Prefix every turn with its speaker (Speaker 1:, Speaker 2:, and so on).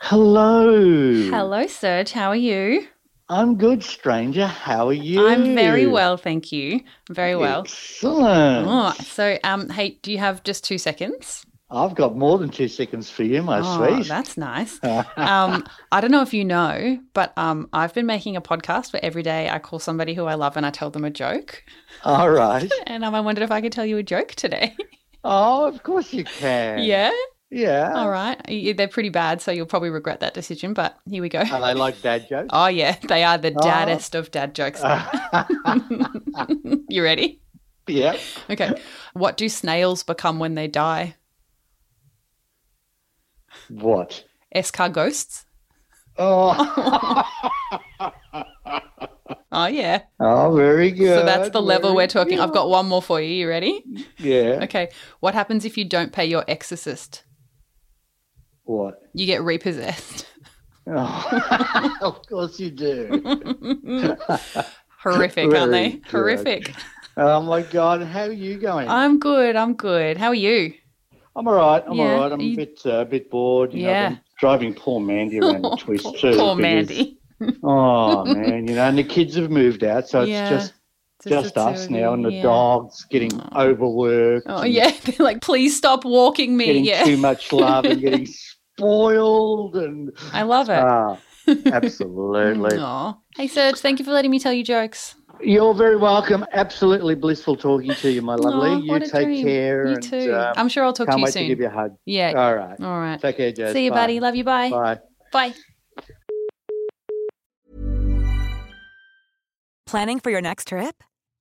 Speaker 1: Hello.
Speaker 2: Hello, Serge. How are you?
Speaker 1: I'm good, stranger. How are you?
Speaker 2: I'm very well, thank you. Very well.
Speaker 1: Excellent.
Speaker 2: Oh, so um, hey, do you have just two seconds?
Speaker 1: I've got more than two seconds for you, my
Speaker 2: Oh,
Speaker 1: sweet.
Speaker 2: that's nice. Um, I don't know if you know, but um, I've been making a podcast where every day I call somebody who I love and I tell them a joke.
Speaker 1: All right.
Speaker 2: And um, I wondered if I could tell you a joke today.
Speaker 1: Oh, of course you can.
Speaker 2: yeah.
Speaker 1: Yeah.
Speaker 2: All right. Y- They're pretty bad, so you'll probably regret that decision. But here we go.
Speaker 1: And I like dad jokes.
Speaker 2: Oh yeah, they are the
Speaker 1: Oh.
Speaker 2: daddest of dad jokes. you ready?
Speaker 1: yeah.
Speaker 2: Okay. What do snails become when they die?
Speaker 1: What?
Speaker 2: Escargosts?
Speaker 1: Oh.
Speaker 2: Oh yeah.
Speaker 1: oh, very good.
Speaker 2: So that's the level
Speaker 1: very
Speaker 2: we're talking. I've
Speaker 1: good.
Speaker 2: got one more for you. You ready?
Speaker 1: Yeah.
Speaker 2: Okay. What happens if you don't pay your exorcist?
Speaker 1: What?
Speaker 2: You get repossessed.
Speaker 1: Oh. of course you do.
Speaker 2: Horrific,
Speaker 1: Very
Speaker 2: aren't they?
Speaker 1: good.
Speaker 2: Horrific.
Speaker 1: oh my God. How are you going?
Speaker 2: I'm good. I'm good. How are you?
Speaker 1: I'm all right. I'm
Speaker 2: Yeah,
Speaker 1: all right. I'm
Speaker 2: you-
Speaker 1: a bit, uh, a bit bored. You know,
Speaker 2: Yeah.
Speaker 1: I've been driving poor Mandy around the twist
Speaker 2: poor,
Speaker 1: too.
Speaker 2: poor
Speaker 1: because-
Speaker 2: Mandy.
Speaker 1: Oh man, you know, and the kids have moved out, so it's
Speaker 2: Yeah,
Speaker 1: just
Speaker 2: the
Speaker 1: just
Speaker 2: two
Speaker 1: us
Speaker 2: of you,
Speaker 1: now, and the
Speaker 2: yeah.
Speaker 1: dog's getting overworked.
Speaker 2: Oh
Speaker 1: and
Speaker 2: yeah. They're like, please stop walking me.
Speaker 1: getting
Speaker 2: yeah.
Speaker 1: too much love and getting spoiled, and
Speaker 2: I love it.
Speaker 1: ah, absolutely.
Speaker 2: Aw. Hey Serge, thank you for letting me tell you jokes.
Speaker 1: You're very welcome. Absolutely blissful talking to you, my lovely.
Speaker 2: Aw,
Speaker 1: you
Speaker 2: Oh, what a
Speaker 1: take
Speaker 2: dream.
Speaker 1: care.
Speaker 2: You
Speaker 1: and,
Speaker 2: too.
Speaker 1: um,
Speaker 2: I'm sure I'll talk to
Speaker 1: can't
Speaker 2: you
Speaker 1: wait to
Speaker 2: soon.
Speaker 1: give you a hug.
Speaker 2: yeah.
Speaker 1: All right.
Speaker 2: All right.
Speaker 1: Take care, Jess.
Speaker 2: See Uh, you,
Speaker 1: Bye.
Speaker 2: buddy. Love you. Bye.
Speaker 1: Bye.
Speaker 2: Bye.
Speaker 3: Planning for your next trip?